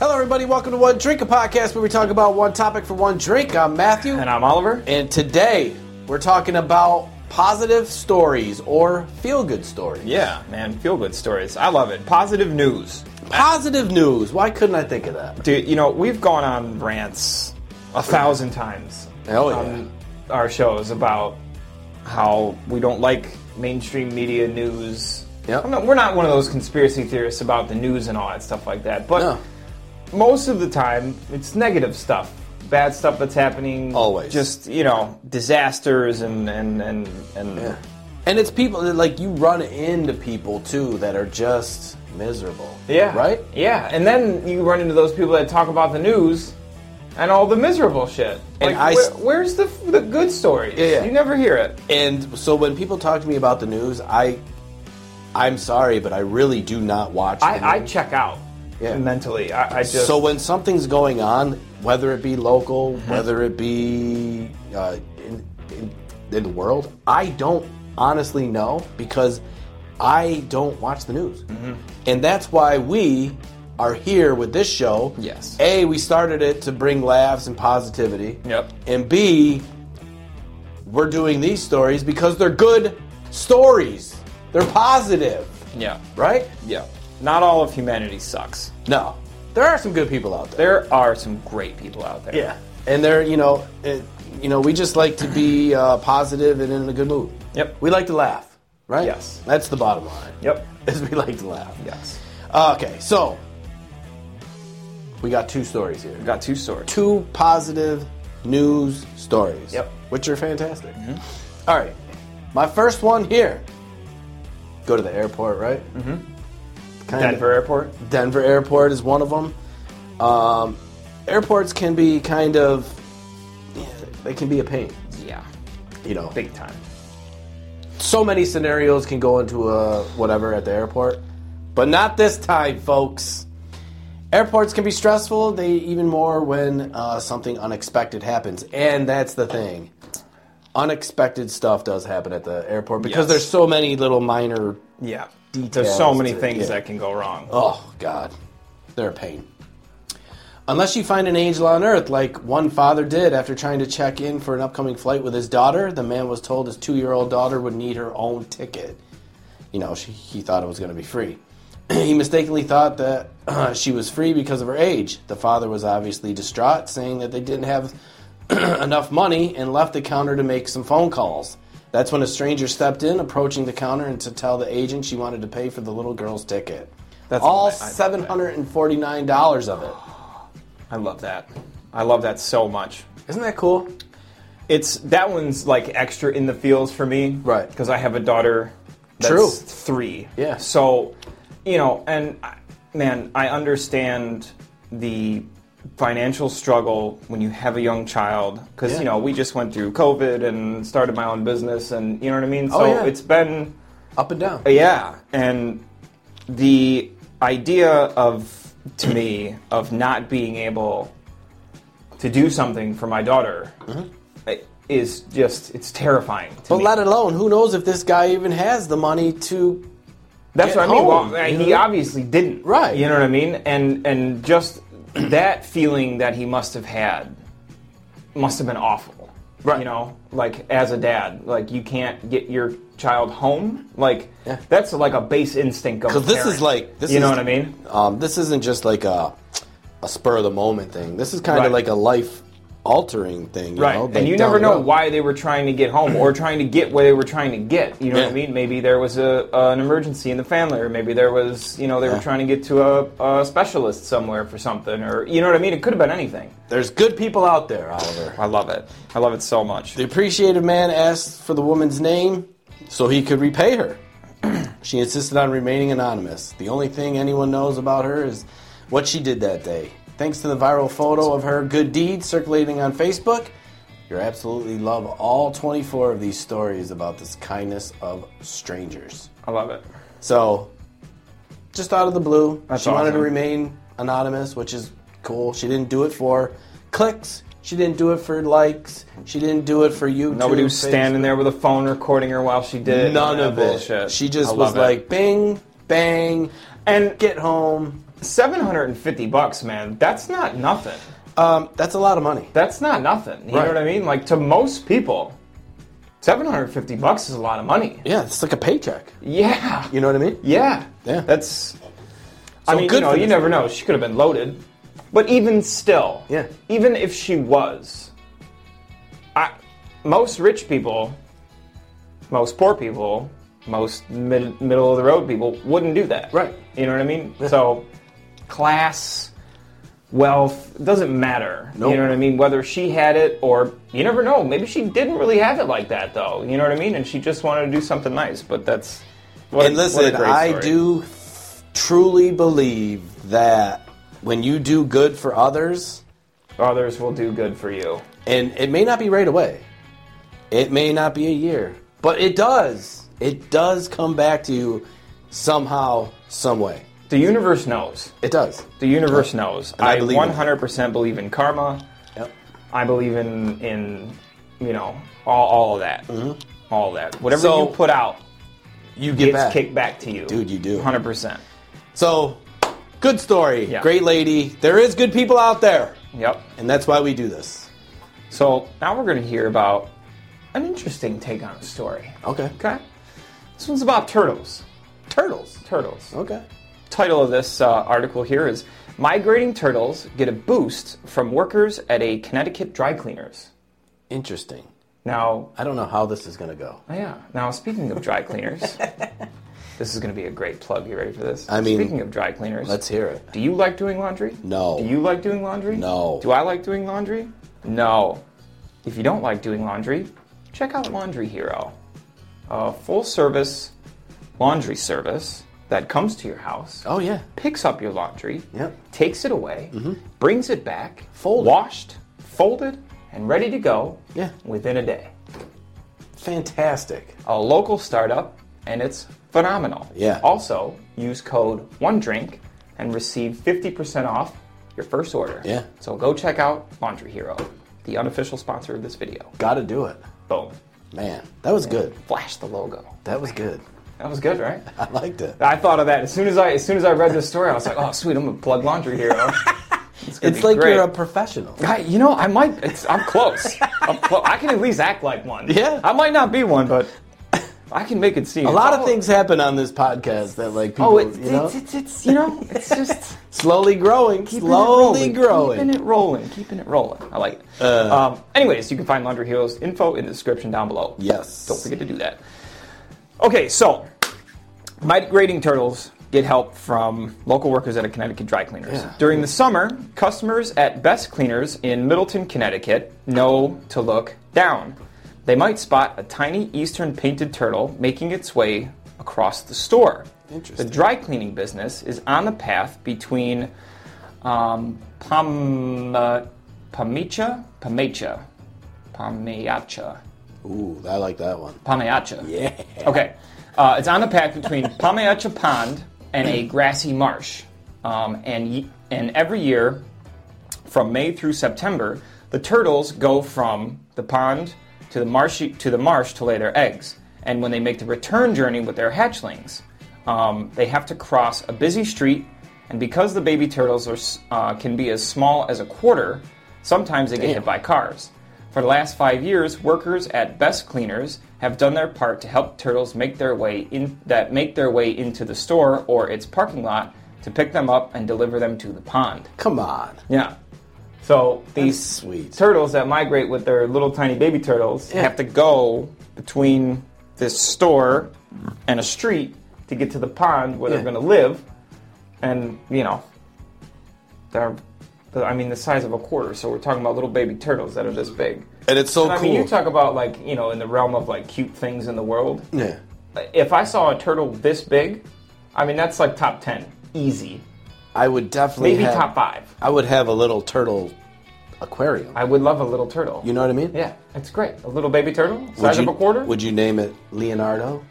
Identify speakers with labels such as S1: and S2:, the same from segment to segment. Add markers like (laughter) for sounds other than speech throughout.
S1: everybody. Welcome to One Drink, a podcast where we talk about one topic for one drink. I'm Matthew.
S2: And I'm Oliver.
S1: And today we're talking about positive stories or feel good stories.
S2: Yeah, man, feel good stories. I love it. Positive news.
S1: Positive news. Why couldn't I think of that?
S2: Dude, you know, we've gone on rants a thousand times
S1: Hell
S2: on our shows about how we don't like mainstream media news.
S1: Yep.
S2: I'm not- we're not one of those conspiracy theorists about the news and all that stuff like that. But
S1: No.
S2: most of the time, it's negative stuff. Bad stuff that's happening.
S1: Always.
S2: Just, you know, disasters and, and, and, and
S1: And it's people that, like, you run into people too that are just miserable.
S2: Yeah.
S1: Right?
S2: Yeah. And then you run into those people that talk about the news and all the miserable shit.
S1: And
S2: Like,
S1: I s-
S2: where- where's the, the good stories?
S1: Yeah, yeah.
S2: You never hear it.
S1: And so when people talk to me about the news, I. I'm sorry, but I really do not watch. the news.
S2: I, I check out
S1: Yeah.
S2: mentally. I, I just.
S1: So when something's going on, whether it be local,
S2: Mm-hmm.
S1: whether it be uh, in, in, in the world, I don't honestly know because I don't watch the news,
S2: Mm-hmm.
S1: and that's why we are here with this show.
S2: Yes.
S1: A, we started it to bring laughs and positivity.
S2: Yep.
S1: And B, we're doing these stories because they're good stories. They're positive,
S2: yeah.
S1: right?
S2: Yeah. Not all of humanity sucks.
S1: No, there are some good people out there.
S2: There are some great people out there.
S1: Yeah, and they're you know, it, you know, we just like to be uh, positive and in a good mood.
S2: Yep.
S1: We like to laugh, right?
S2: Yes.
S1: That's the bottom line. (laughs)
S2: Yep.
S1: Is we like to laugh.
S2: Yes.
S1: Uh, okay, so we got two stories here.
S2: We've got two stories.
S1: Two positive news stories.
S2: Yep. Mm-hmm.
S1: Which are fantastic. All right, my first one here. Go to the airport, right? Mm-hmm.
S2: Denver Airport.
S1: Denver Airport is one of them. Um, airports can be kind of, yeah, they can be a pain.
S2: Yeah.
S1: You know,
S2: Big time.
S1: so many scenarios can go into a whatever at the airport, but not this time, folks. Airports can be stressful. They even more when uh, something unexpected happens, and that's the thing. Unexpected stuff does happen at the airport because
S2: Yes.
S1: there's so many little minor.
S2: Yeah. There's
S1: Details
S2: so many
S1: to-
S2: things
S1: yeah.
S2: that can go wrong.
S1: Oh God, they're a pain. Unless you find an angel on earth, like one father did after trying to check in for an upcoming flight with his daughter, the man was told his two year old daughter would need her own ticket. You know, she, he thought it was going to be free. (clears throat) he mistakenly thought that (clears throat) uh, she was free because of her age. The father was obviously distraught, saying that they didn't have (clears throat) enough money and left the counter to make some phone calls. That's when a stranger stepped in, approaching the counter, and to tell the agent she wanted to pay for the little girl's ticket.
S2: That's
S1: all
S2: ama- I love that.
S1: seven hundred and forty-nine dollars of it.
S2: I love that. I love that so much.
S1: Isn't that cool?
S2: It's that one's like extra in the feels for me,
S1: Right.
S2: Because I have a daughter that's
S1: True.
S2: three.
S1: Yeah.
S2: So, you know, and I, man, I understand the financial struggle when you have a young child because
S1: Yeah.
S2: you know we just went through COVID and started my own business, and you know what I mean. So
S1: Oh, yeah.
S2: it's been
S1: Up and down.
S2: yeah, and the idea of to me of not being able to do something for my daughter i- is just it's terrifying. To
S1: Mm-hmm. But
S2: me.
S1: let alone, who knows if this guy even has the money to?
S2: That's
S1: get
S2: what I mean.
S1: home,
S2: well,
S1: you
S2: he
S1: know?
S2: obviously didn't.
S1: Right.
S2: You know what I mean? And and just that feeling that he must have had must have been awful.
S1: Right.
S2: You know, like as a dad, like you can't get your child home. Like
S1: Yeah.
S2: that's like a base instinct of a
S1: 'Cause this is
S2: parent.
S1: like- this
S2: you know
S1: is-
S2: what I mean?
S1: Um, this isn't just like a, a spur of the moment thing. This is kind of
S2: Right.
S1: like a life altering thing. You
S2: Right.
S1: Know?
S2: and
S1: like
S2: you
S1: down
S2: never
S1: the
S2: know
S1: road.
S2: why they were trying to get home or trying to get where they were trying to get. You know what I
S1: Yeah.
S2: mean? Maybe there was a an emergency in the family, or maybe there was, you know, they
S1: Yeah.
S2: were trying to get to a, a specialist somewhere for something, or you know what I mean? It could have been anything.
S1: There's good people out there, Oliver.
S2: I love it. I love it so much.
S1: The appreciative man asked for the woman's name so he could repay her. (clears throat) she insisted on remaining anonymous. The only thing anyone knows about her is what she did that day. Thanks to the viral photo of her good deed circulating on Facebook, you absolutely love all 24 of these stories about this kindness of strangers.
S2: I love it.
S1: So, just out of the blue,
S2: That's
S1: she wanted to
S2: awesome.
S1: remain anonymous, which is cool. She didn't do it for clicks. She didn't do it for likes. She didn't do it for YouTube.
S2: Nobody was standing there with a phone recording her while she did it.
S1: None
S2: That
S1: of it.
S2: bullshit.
S1: She
S2: I
S1: just
S2: love
S1: was
S2: it.
S1: like, bing, bang,
S2: and
S1: get home.
S2: 750 bucks, man, that's not nothing.
S1: Um, that's a lot of money.
S2: That's not nothing. You
S1: Right.
S2: know what I mean? Like to most people, 750 bucks is a lot of money.
S1: Yeah, it's like a paycheck.
S2: Yeah.
S1: You know what I mean?
S2: Yeah.
S1: Yeah.
S2: (laughs) That's. I mean,
S1: good
S2: you know,
S1: for
S2: you
S1: this
S2: never know. She could have been loaded, but even still,
S1: Yeah.
S2: Even if she was, I most rich people, most poor people, most mid, middle of the road people wouldn't do that,
S1: Right.
S2: You know what I mean? So, class, wealth doesn't matter.
S1: Nope.
S2: You know what I mean? Whether she had it or you never know. Maybe she didn't really have it like that, though. You know what I mean? And she just wanted to do something nice, but that's. What
S1: And
S2: a- what a
S1: listen,
S2: great
S1: I
S2: story.
S1: do truly believe that when you do good for others,
S2: others will do good for you.
S1: and it may not be right away, it may not be a year, but it does. It does come back to you somehow, some way.
S2: The universe knows.
S1: It does.
S2: The universe knows.
S1: I
S2: I,
S1: believe in it.
S2: 100% believe in karma.
S1: Yep.
S2: I believe in in you know all, all of that. All of that. Whatever
S1: Mm-hmm. So,
S2: you put out
S1: You get
S2: gets
S1: back.
S2: kicked back to you.
S1: Dude, you do.
S2: 100%.
S1: So, good story.
S2: Yeah.
S1: Great lady. There is good people out there,
S2: Yep.
S1: and that's why we do this.
S2: So, now we're going to hear about an interesting take on a story.
S1: Okay.
S2: Okay? This one's about turtles.
S1: Turtles.
S2: Turtles.
S1: Okay.
S2: title of this uh, article here is Migrating Turtles Get a Boost from Workers at a Connecticut Dry Cleaners.
S1: Interesting.
S2: Now,
S1: I don't know how this is going to go.
S2: yeah, now speaking of dry cleaners, this is going to be a great plug. You ready for this?
S1: I mean,
S2: speaking of dry cleaners,
S1: Let's hear it.
S2: do you like doing laundry?
S1: No.
S2: Do you like doing laundry?
S1: No.
S2: Do I like doing laundry? No. If you don't like doing laundry, check out Laundry Hero, a full service laundry service that comes to your house.
S1: Oh, yeah.
S2: picks up your laundry,
S1: Yep.
S2: takes it away, brings it back,
S1: Folded.
S2: Mm-hmm. washed, folded, and ready to go
S1: Yeah.
S2: within a day.
S1: Fantastic.
S2: A local startup, and it's phenomenal.
S1: Yeah.
S2: Also, use code OneDrink and receive 50% off your first order.
S1: Yeah.
S2: So go check out Laundry Hero, the unofficial sponsor of this video.
S1: Got to do it.
S2: Boom.
S1: Man, that was good.
S2: Flash the logo.
S1: That was good.
S2: That was good, right?
S1: I liked it.
S2: (laughs) I thought of that as soon as I as soon as I read this story. I was like, "Oh, sweet! I'm gonna plug Laundry Hero." (laughs) It's, gonna
S1: It's
S2: be
S1: like
S2: great.
S1: you're a professional.
S2: I, you know, I might. It's, I'm
S1: (laughs)
S2: close. I'm clo- I can at least act like one.
S1: Yeah.
S2: I might not be one, but I can make it seem.
S1: A lot of things happen on this podcast that, like, people,
S2: Oh, it's,
S1: you know,
S2: it's, it's, it's you know, it's just
S1: slowly growing,
S2: keeping it
S1: slowly
S2: rolling,
S1: growing. Uh.
S2: keeping it rolling, keeping it rolling. I like it. um, anyways, you can find Laundry Heroes info in the description down below.
S1: Yes.
S2: Don't forget to do that. Okay, so migrating turtles get help from local workers at a Connecticut dry cleaners.
S1: Yeah.
S2: During the summer, customers at Best Cleaners in Middleton, Connecticut know to look down. They might spot a tiny eastern painted turtle making its way across the store.
S1: Interesting.
S2: The dry cleaning business is on the path between um, Pam, uh, Pamicha, Pamicha, Pamiacha,
S1: Ooh, I like that one.
S2: Pamiacha.
S1: Yeah.
S2: Okay. Uh, it's on the path between Pameacha Pond and a grassy marsh. Um, and, y- and every year, from May through September, the turtles go from the pond to the, marshy, to the marsh to lay their eggs. And when they make the return journey with their hatchlings, um, they have to cross a busy street. And because the baby turtles are, s- uh, can be as small as a quarter, sometimes they get hit by cars. For the last five years, workers at Best Cleaners have done their part to help turtles make their way in that make their way into the store or its parking lot to pick them up and deliver them to the pond.
S1: Come on.
S2: Yeah. So these
S1: sweet.
S2: turtles that migrate with their little tiny baby turtles have to go between this store and a street to get to the pond where
S1: Yeah.
S2: they're going to live, and you know, they're. I mean, the size of a quarter. So we're talking about little baby turtles that are this big.
S1: And it's so
S2: I
S1: Oh, cool.
S2: mean, you talk about like you know, in the realm of like cute things in the world.
S1: yeah.
S2: If I saw a turtle this big, I mean, that's like top ten, easy,
S1: I would definitely
S2: maybe
S1: have-
S2: top five.
S1: I would have a little turtle aquarium.
S2: I would love a little turtle.
S1: You know what I mean?
S2: Yeah, it's great. A little baby turtle,
S1: Would
S2: size
S1: you,
S2: of a quarter.
S1: Would you name it Leonardo?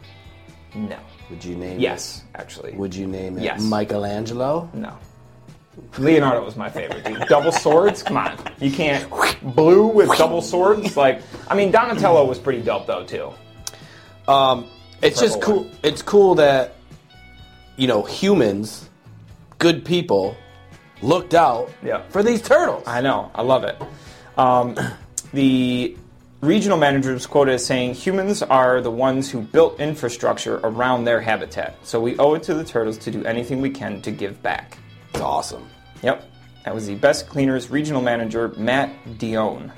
S2: no.
S1: Would you name
S2: Yes, actually.
S1: it? Would you name it
S2: Yes.
S1: Michelangelo?
S2: no. Leonardo was my favorite. Dude. Double swords, come on. You can't blue with double swords. Like, I mean, Donatello was pretty dope though too.
S1: Um, it's just
S2: Purple
S1: cool. It's cool that you know humans good people looked out
S2: Yeah.
S1: for these turtles.
S2: I know. I love it. Um, the regional manager was quoted as saying, "Humans are the ones who built infrastructure around their habitat, so we owe it to the turtles to do anything we can to give back."
S1: It's awesome.
S2: Yep, that was the best cleaners regional manager Matt Dione.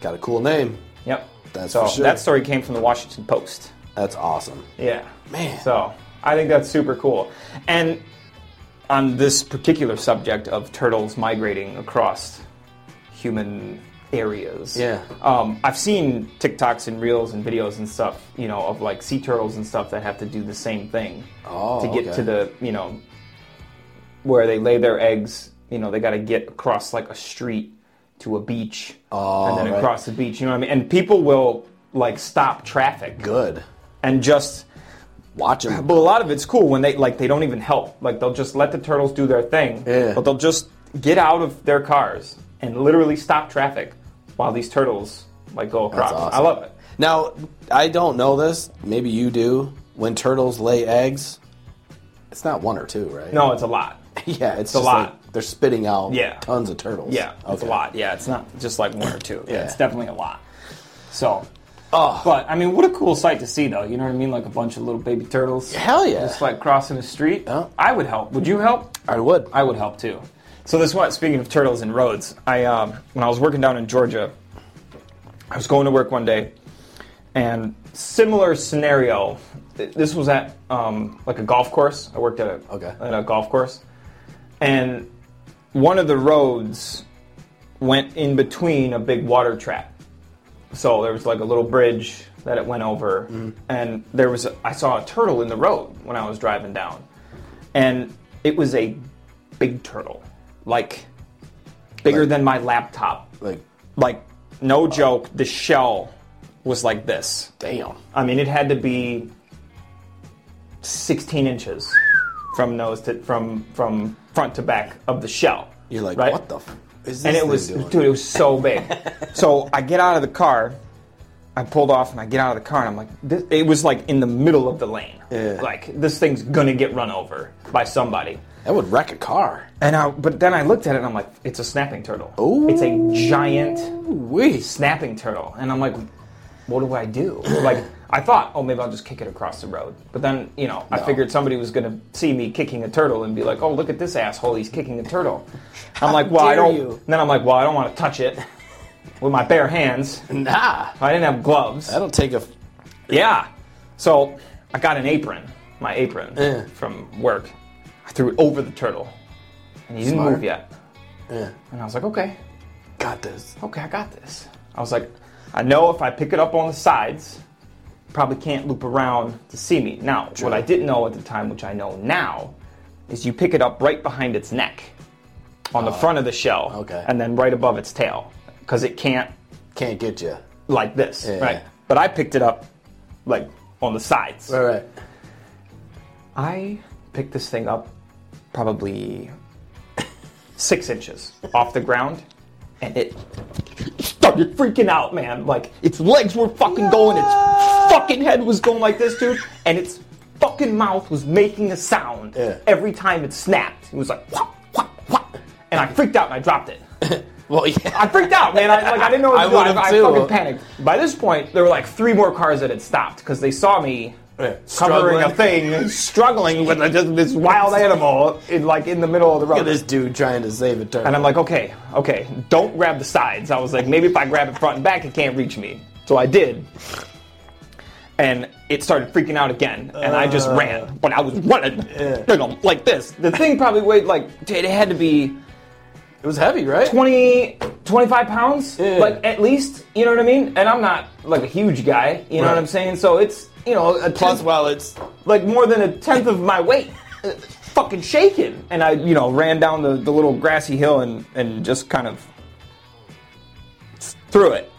S1: Got a cool name.
S2: Yep,
S1: That's
S2: so
S1: for sure.
S2: that story came from the Washington Post.
S1: That's awesome.
S2: Yeah.
S1: Man.
S2: So I think that's super cool. And on this particular subject of turtles migrating across human areas.
S1: Yeah.
S2: Um, I've seen TikToks and reels and videos and stuff, you know, of like sea turtles and stuff that have to do the same thing
S1: Oh,
S2: to get
S1: okay.
S2: to the, you know, where they lay their eggs. You know, they got to get across like a street to a beach
S1: Oh,
S2: and then
S1: right.
S2: across the beach. You know what I mean? And people will like stop traffic
S1: Good.
S2: and just
S1: Watch them.
S2: but a lot of it's cool when they like they don't even help. Like they'll just let the turtles do their thing.
S1: Yeah.
S2: But they'll just get out of their cars and literally stop traffic while these turtles like go across.
S1: awesome.
S2: I love it.
S1: Now, I don't know this. Maybe you do. When turtles lay eggs, it's not one or two, right?
S2: No, it's a lot.
S1: (laughs) Yeah, it's,
S2: a
S1: just
S2: lot.
S1: like they're spitting out
S2: Yeah.
S1: tons of turtles.
S2: Yeah, it's a
S1: Okay.
S2: lot. Yeah, it's not just like one or two. yeah,
S1: Yeah.
S2: it's definitely a lot. So,
S1: Oh.
S2: but I mean, what a cool sight to see, though. You know what I mean? Like a bunch of little baby turtles.
S1: Hell yeah.
S2: Just like crossing the street.
S1: Yeah.
S2: I would help. Would you help?
S1: I would.
S2: I would help too. So this what speaking of turtles and roads, I um, when I was working down in Georgia, I was going to work one day, and similar scenario. Th- This was at um, like a golf course. I worked at a
S1: Okay.
S2: at a golf course, and one of the roads went in between a big water trap. So there was like a little bridge that it went over,
S1: Mm-hmm.
S2: and there was a, I saw a turtle in the road when I was driving down, and it was a big turtle, like bigger
S1: Like-
S2: than my laptop.
S1: like,
S2: Like no joke, the shell was like this.
S1: damn.
S2: I mean, it had to be 16 inches from nose to from from front to back of the shell.
S1: You're like,
S2: right?
S1: what the f- is this
S2: and it
S1: thing
S2: was
S1: doing?
S2: dude it was
S1: (laughs)
S2: so big so i get out of the car i pulled off and i get out of the car and i'm like this, it was like in the middle of the lane
S1: Yeah.
S2: like this thing's gonna get run over by somebody
S1: That would wreck a car.
S2: and i but then i looked at it and i'm like it's a snapping turtle
S1: Ooh.
S2: it's a giant
S1: We
S2: snapping turtle. And I'm like, what do I do? (coughs) Like, I thought, oh, maybe I'll just kick it across the road. But then, you know, I
S1: No.
S2: figured somebody was going to see me kicking a turtle and be like, oh, look at this asshole. He's kicking a turtle. I'm like, well, I
S1: dare
S2: don't.
S1: you.
S2: Then I'm like, well, I don't want to touch it (laughs) with my bare hands.
S1: nah.
S2: I didn't have gloves.
S1: That'll take a.
S2: Yeah. So I got an apron, my apron
S1: Yeah.
S2: from work. I threw it over the turtle. And he didn't
S1: Smart.
S2: move yet.
S1: Yeah.
S2: And I was like, okay,
S1: eh, Got this.
S2: okay, I got this. I was like, I know if I pick it up on the sides, probably can't loop around to see me. Now, what I didn't know at the time, which I know now, is you pick it up right behind its neck on the front of the shell
S1: Oh. okay.
S2: and then right above its tail because it can't
S1: Can't get you.
S2: like this,
S1: Yeah.
S2: right? But I picked it up like on the sides.
S1: All right. (laughs)
S2: I picked this thing up probably six inches off the ground, and it started freaking out, man. Like its legs were fucking going, its fucking head was going like this, dude, and its fucking mouth was making a sound
S1: Yeah.
S2: every time it snapped. It was like whop, whop, whop, and I freaked out and I dropped it.
S1: Well, yeah.
S2: I freaked out, man. I, like I didn't know what to
S1: (laughs) I
S2: do.
S1: would've
S2: I, I
S1: too.
S2: fucking panicked. By this point, there were like three more cars that had stopped because they saw me
S1: Yeah,
S2: covering
S1: struggling.
S2: a thing, struggling with a- just this wild animal in like in the middle of the
S1: Look at
S2: road.
S1: this dude trying to save a turtle.
S2: And I'm like, okay, okay, don't grab the sides. I was like, maybe if I grab it front and back, it can't reach me. So I did. And it started freaking out again, and I
S1: Uh.
S2: just ran. But I was running, you know, like this. The thing probably weighed like it had to be
S1: it was heavy, right?
S2: 20, 25 pounds,
S1: Yeah.
S2: like at least, you know what I mean? And I'm not like a huge guy, you know what
S1: Right.
S2: I'm saying? So it's, you know, a
S1: Plus,
S2: tenth,
S1: while it's
S2: like more than a tenth of my weight. Uh, Fucking shaking. And I, you know, ran down the, the little grassy hill and, and just kind of threw it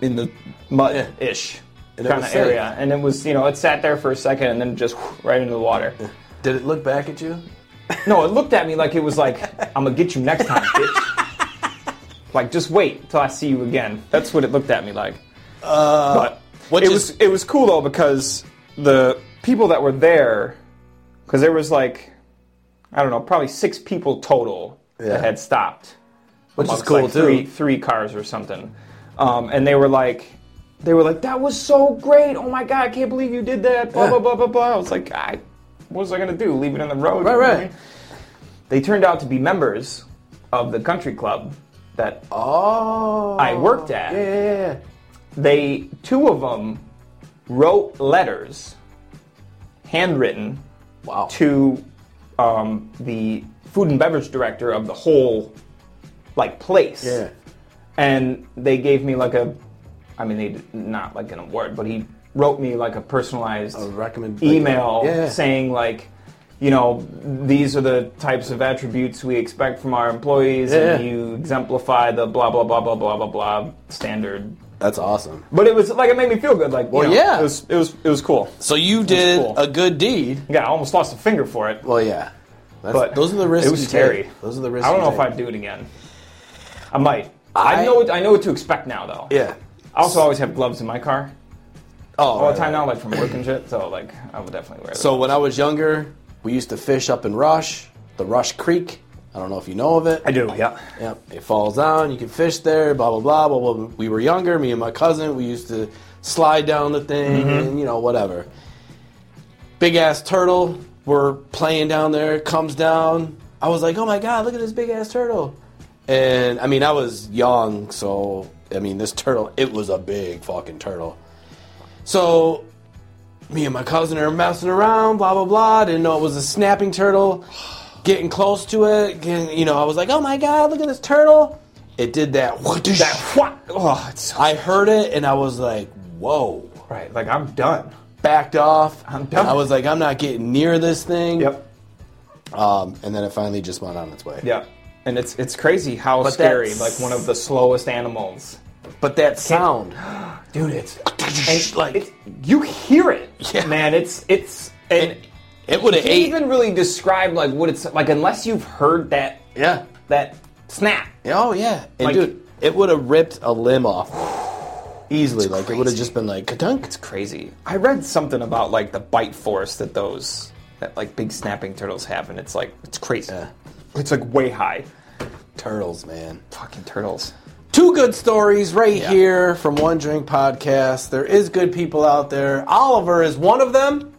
S2: in the mud ish
S1: And it
S2: kind
S1: was
S2: of
S1: safe.
S2: area. And it was, you know, it sat there for a second and then just right into the water.
S1: Did it look back at you?
S2: No, it looked at me like it was like, I'm gonna get you next time,
S1: (laughs)
S2: bitch. like, just wait till I see you again. That's what it looked at me like. Uh, but
S1: which
S2: it
S1: is-
S2: was it was cool though because the people that were there, because there was like I don't know, probably six people total
S1: Yeah.
S2: that had stopped.
S1: which is
S2: amongst,
S1: cool
S2: like,
S1: too.
S2: Three, three cars or something, um, and they were like, they were like, "That was so great! Oh my god, I can't believe you did that!" Blah
S1: Yeah.
S2: blah blah blah blah. I was like, I, what was I gonna do? Leave it in the road?
S1: Right,
S2: You know what I
S1: right.
S2: mean? They turned out to be members of the country club that
S1: Oh,
S2: I worked at.
S1: Yeah, yeah, yeah.
S2: They two of them wrote letters, handwritten,
S1: Wow.
S2: to um, the food and beverage director of the whole like place.
S1: Yeah.
S2: and they gave me like a i mean they did- not like an award but he wrote me like a personalized
S1: A recommend like-
S2: email
S1: Yeah, yeah.
S2: saying like you know these are the types of attributes we expect from our employees and
S1: Yeah.
S2: you exemplify the blah blah blah blah blah blah blah standard
S1: That's awesome.
S2: but it was like it made me feel good like you
S1: Well,
S2: know,
S1: yeah.
S2: it was it was it was cool
S1: So you did
S2: cool.
S1: a good deed.
S2: yeah i almost lost a finger for it
S1: Well, yeah. That's,
S2: But
S1: those are the risks.
S2: it was
S1: you
S2: scary.
S1: Take. Those are the risks.
S2: i don't
S1: you
S2: know if
S1: take.
S2: i'd do it again i might I,
S1: I-
S2: know what, i know what to expect now though
S1: Yeah.
S2: i also always have gloves in my car
S1: Oh,
S2: all
S1: right,
S2: the time
S1: right.
S2: now, like from work and shit. So like, I would definitely wear.
S1: So when I was younger, we used to fish up in Rush, the Rush Creek. I don't know if you know of it.
S2: I do, yeah.
S1: Yep, it falls down. You can fish there. Blah blah blah blah. blah. We were younger. Me and my cousin. We used to slide down the thing, and you know whatever. Big ass turtle. We're playing down there. Comes down. I was like, oh my god, look at this big ass turtle. And I mean, I was young, so I mean, this turtle. It was a big fucking turtle. So me and my cousin are messing around, blah blah blah. Didn't know it was a snapping turtle. Getting close to it, getting, you know, I was like, "Oh my god, look at this turtle!" It did that. (laughs)
S2: That what? Oh, it's so,
S1: I heard it and I was like, "Whoa!"
S2: right. Like I'm done.
S1: Backed off.
S2: I'm done.
S1: I was like, "I'm not getting near this thing."
S2: Yep.
S1: Um, and then it finally just went on its way.
S2: Yeah. And it's it's crazy how scary.
S1: that's-
S2: Like one of the slowest animals.
S1: But that (laughs) sound, (laughs)
S2: Dude, it's
S1: and, like
S2: it's you hear it,
S1: Yeah.
S2: man. It's it's and
S1: it, would have
S2: can't
S1: ate.
S2: even really describe like what it's like unless you've heard that
S1: yeah.
S2: that snap.
S1: Oh yeah. And
S2: Like-
S1: dude, it would have ripped a limb off easily. Like it would have
S2: crazy.
S1: just been like, "Ka-dunk."
S2: It's crazy. I read something about like the bite force that those that like big snapping turtles have, and it's like it's crazy.
S1: Yeah.
S2: It's like way high.
S1: turtles, man.
S2: Fucking turtles.
S1: Two good stories right
S2: Yeah.
S1: here from One Drink Podcast. There is good people out there. Oliver is one of them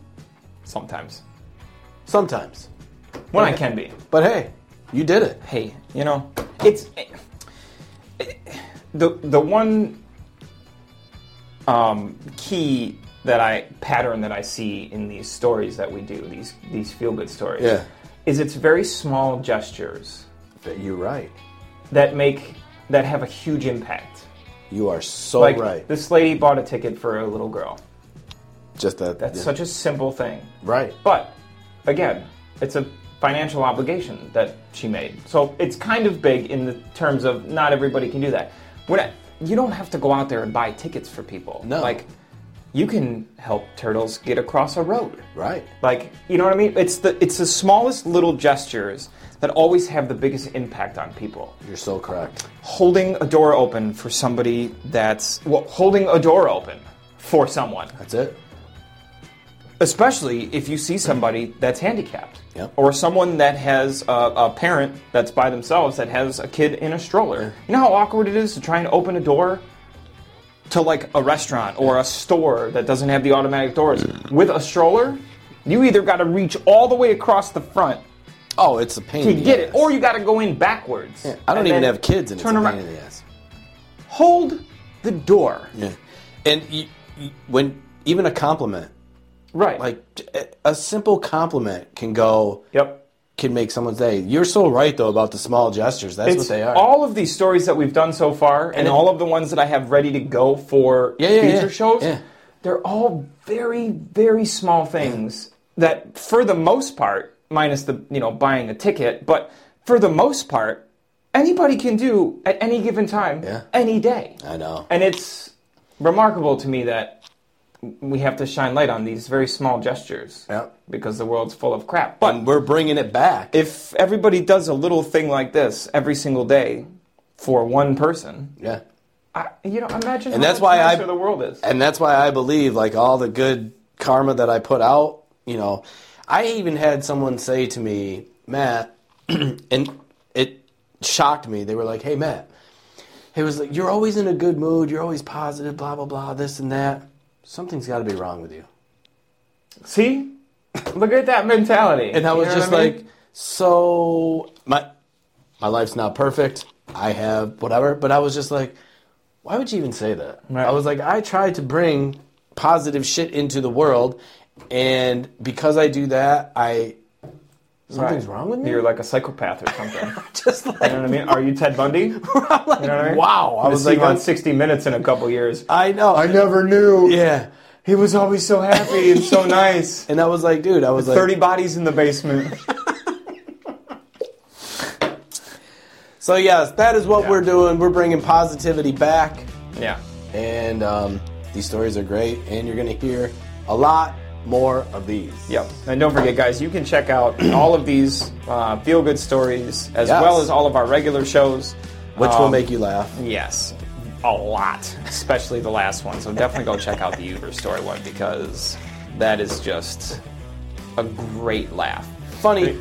S2: Sometimes.
S1: sometimes.
S2: When I can be.
S1: But hey, you did it.
S2: Hey, you know, it's eh, the the one um, key that I pattern that I see in these stories that we do these these feel good stories.
S1: Yeah.
S2: Is it's very small gestures
S1: You're right.
S2: that make that have a huge impact.
S1: You are so
S2: Like
S1: Oh, right.
S2: this lady bought a ticket for a little girl.
S1: Just that.
S2: That's
S1: yeah.
S2: such a simple thing.
S1: right.
S2: But again, it's a financial obligation that she made. So it's kind of big in the terms of not everybody can do that. When I, you don't have to go out there and buy tickets for people.
S1: No.
S2: Like you can help turtles get across a road.
S1: Right.
S2: Like, you know what I mean? It's the it's the smallest little gestures that always have the biggest impact on people.
S1: You're so correct.
S2: Holding a door open for somebody that's well, holding a door open for someone
S1: That's it.
S2: especially if you see somebody that's handicapped
S1: Yep.
S2: or someone that has a, a parent that's by themselves that has a kid in a stroller you know how awkward it is to try and open a door to like a restaurant or a store that doesn't have the automatic doors with a stroller you either got to reach all the way across the front
S1: Oh, it's a pain
S2: to
S1: in the
S2: get
S1: ass.
S2: it or you got to go in backwards
S1: I don't
S2: and
S1: even
S2: then
S1: have kids, and it's a
S2: turn
S1: pain
S2: around
S1: in the ass.
S2: hold the door
S1: Yeah. And you, you, when even a compliment,
S2: right
S1: like a simple compliment, can go.
S2: yep
S1: Can make someone's day. You're so right though about the small gestures. That's
S2: It's
S1: what they are.
S2: All of these stories that we've done so far, and,
S1: it-
S2: all of the ones that I have ready to go for
S1: Yeah, yeah,
S2: future
S1: yeah,
S2: shows,
S1: yeah.
S2: they're all very, very small things that, for the most part, minus the you know buying a ticket, but for the most part, anybody can do at any given time,
S1: Yeah.
S2: any day.
S1: I know.
S2: And it's remarkable to me that we have to shine light on these very small gestures
S1: Yeah.
S2: because the world's full of crap. But
S1: And we're bringing it back.
S2: if everybody does a little thing like this every single day for one person,
S1: yeah.
S2: I, you know, imagine
S1: And
S2: how
S1: that's
S2: much
S1: why I-
S2: nicer the world is.
S1: And that's why I believe like all the good karma that I put out, you know, I even had someone say to me Matt, (clears throat) and it shocked me. They were like, "Hey, Matt." It was like, "You're always in a good mood. You're always positive. Blah blah blah. This and that. Something's got to be wrong with you."
S2: See, look at that mentality.
S1: And I
S2: You
S1: was
S2: know
S1: just
S2: what I mean?
S1: like, so my my life's not perfect. I have whatever, but I was just like, why would you even say that?
S2: Right.
S1: I was like, I try to bring positive shit into the world, and because I do that, I something's
S2: Right.
S1: wrong with me.
S2: you're like a psychopath or something. you
S1: (laughs) just like,
S2: know what I mean? Are you Ted
S1: (laughs)
S2: Bundy? You know what I mean?
S1: wow. I
S2: I
S1: was
S2: was like
S1: like,
S2: on 60 Minutes in a couple years.
S1: I know.
S2: I never knew.
S1: yeah,
S2: He was always so happy and
S1: (laughs)
S2: so nice.
S1: and I was like, dude, I was like,
S2: 30 bodies in
S1: (laughs)
S2: the basement.
S1: so yes, that is what
S2: Yeah.
S1: we're doing. We're bringing positivity back.
S2: yeah.
S1: And um, these stories are great, and you're going to hear a lot more of these.
S2: Yep. And don't forget, guys, you can check out all of these uh, feel good stories as
S1: Yes.
S2: well as all of our regular shows.
S1: Which will
S2: Um,
S1: make you laugh.
S2: Yes, a lot, especially the last one. So definitely go check out the Uber story one because that is just a great laugh.
S1: Funny.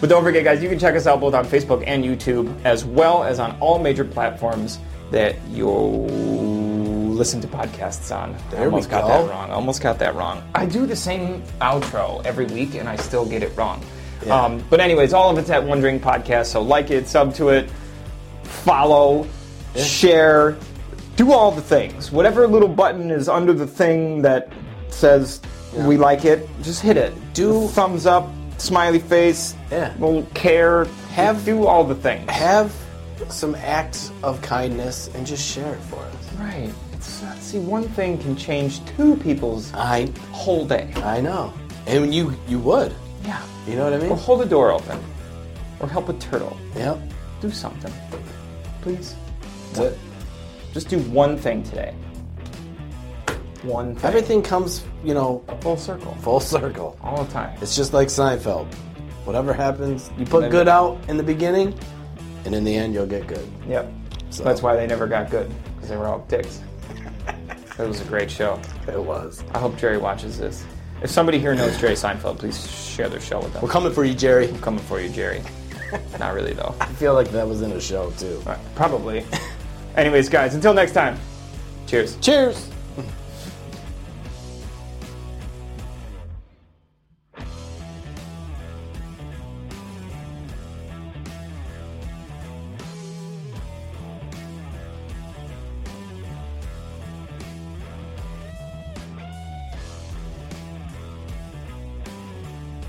S2: But don't forget, guys, you can check us out both on Facebook and YouTube, as well as on all major platforms that you listen to podcasts on. I
S1: we
S2: almost got
S1: go.
S2: that wrong. I almost got that wrong. I do the same outro every week, and I still get it wrong.
S1: Yeah.
S2: Um, but anyways, all of it's at One Drink Podcast. So like it, sub to it, follow, share, do all the things. Whatever little button is under the thing that says we like it, just hit it.
S1: Do-
S2: thumbs up, smiley face,
S1: Yeah.
S2: will care,
S1: Have-
S2: do all the things.
S1: Have some acts of kindness and just share it for us.
S2: Right. It's not, see, one thing can change two people's
S1: I
S2: whole day.
S1: I know. And you you would.
S2: Yeah.
S1: You know what I
S2: Or
S1: mean?
S2: hold a door open, or help a turtle.
S1: Yep.
S2: Do something, please.
S1: That's it.
S2: Just do one thing today. One thing.
S1: Everything comes, you know,
S2: full circle.
S1: full circle.
S2: All the time.
S1: It's just like Seinfeld. Whatever happens, you put
S2: Maybe.
S1: good out in the beginning, and in the end, you'll get good.
S2: Yep.
S1: So-
S2: That's why they never got good, because they were all dicks. That was a great show.
S1: It was.
S2: I hope Jerry watches this. If somebody here knows Jerry Seinfeld, please share their show with them.
S1: We're coming for you, Jerry.
S2: I'm coming for you, Jerry. Not really, though.
S1: I feel like that was in a show, too.
S2: Probably. Anyways, guys, until next time, cheers.
S1: Cheers.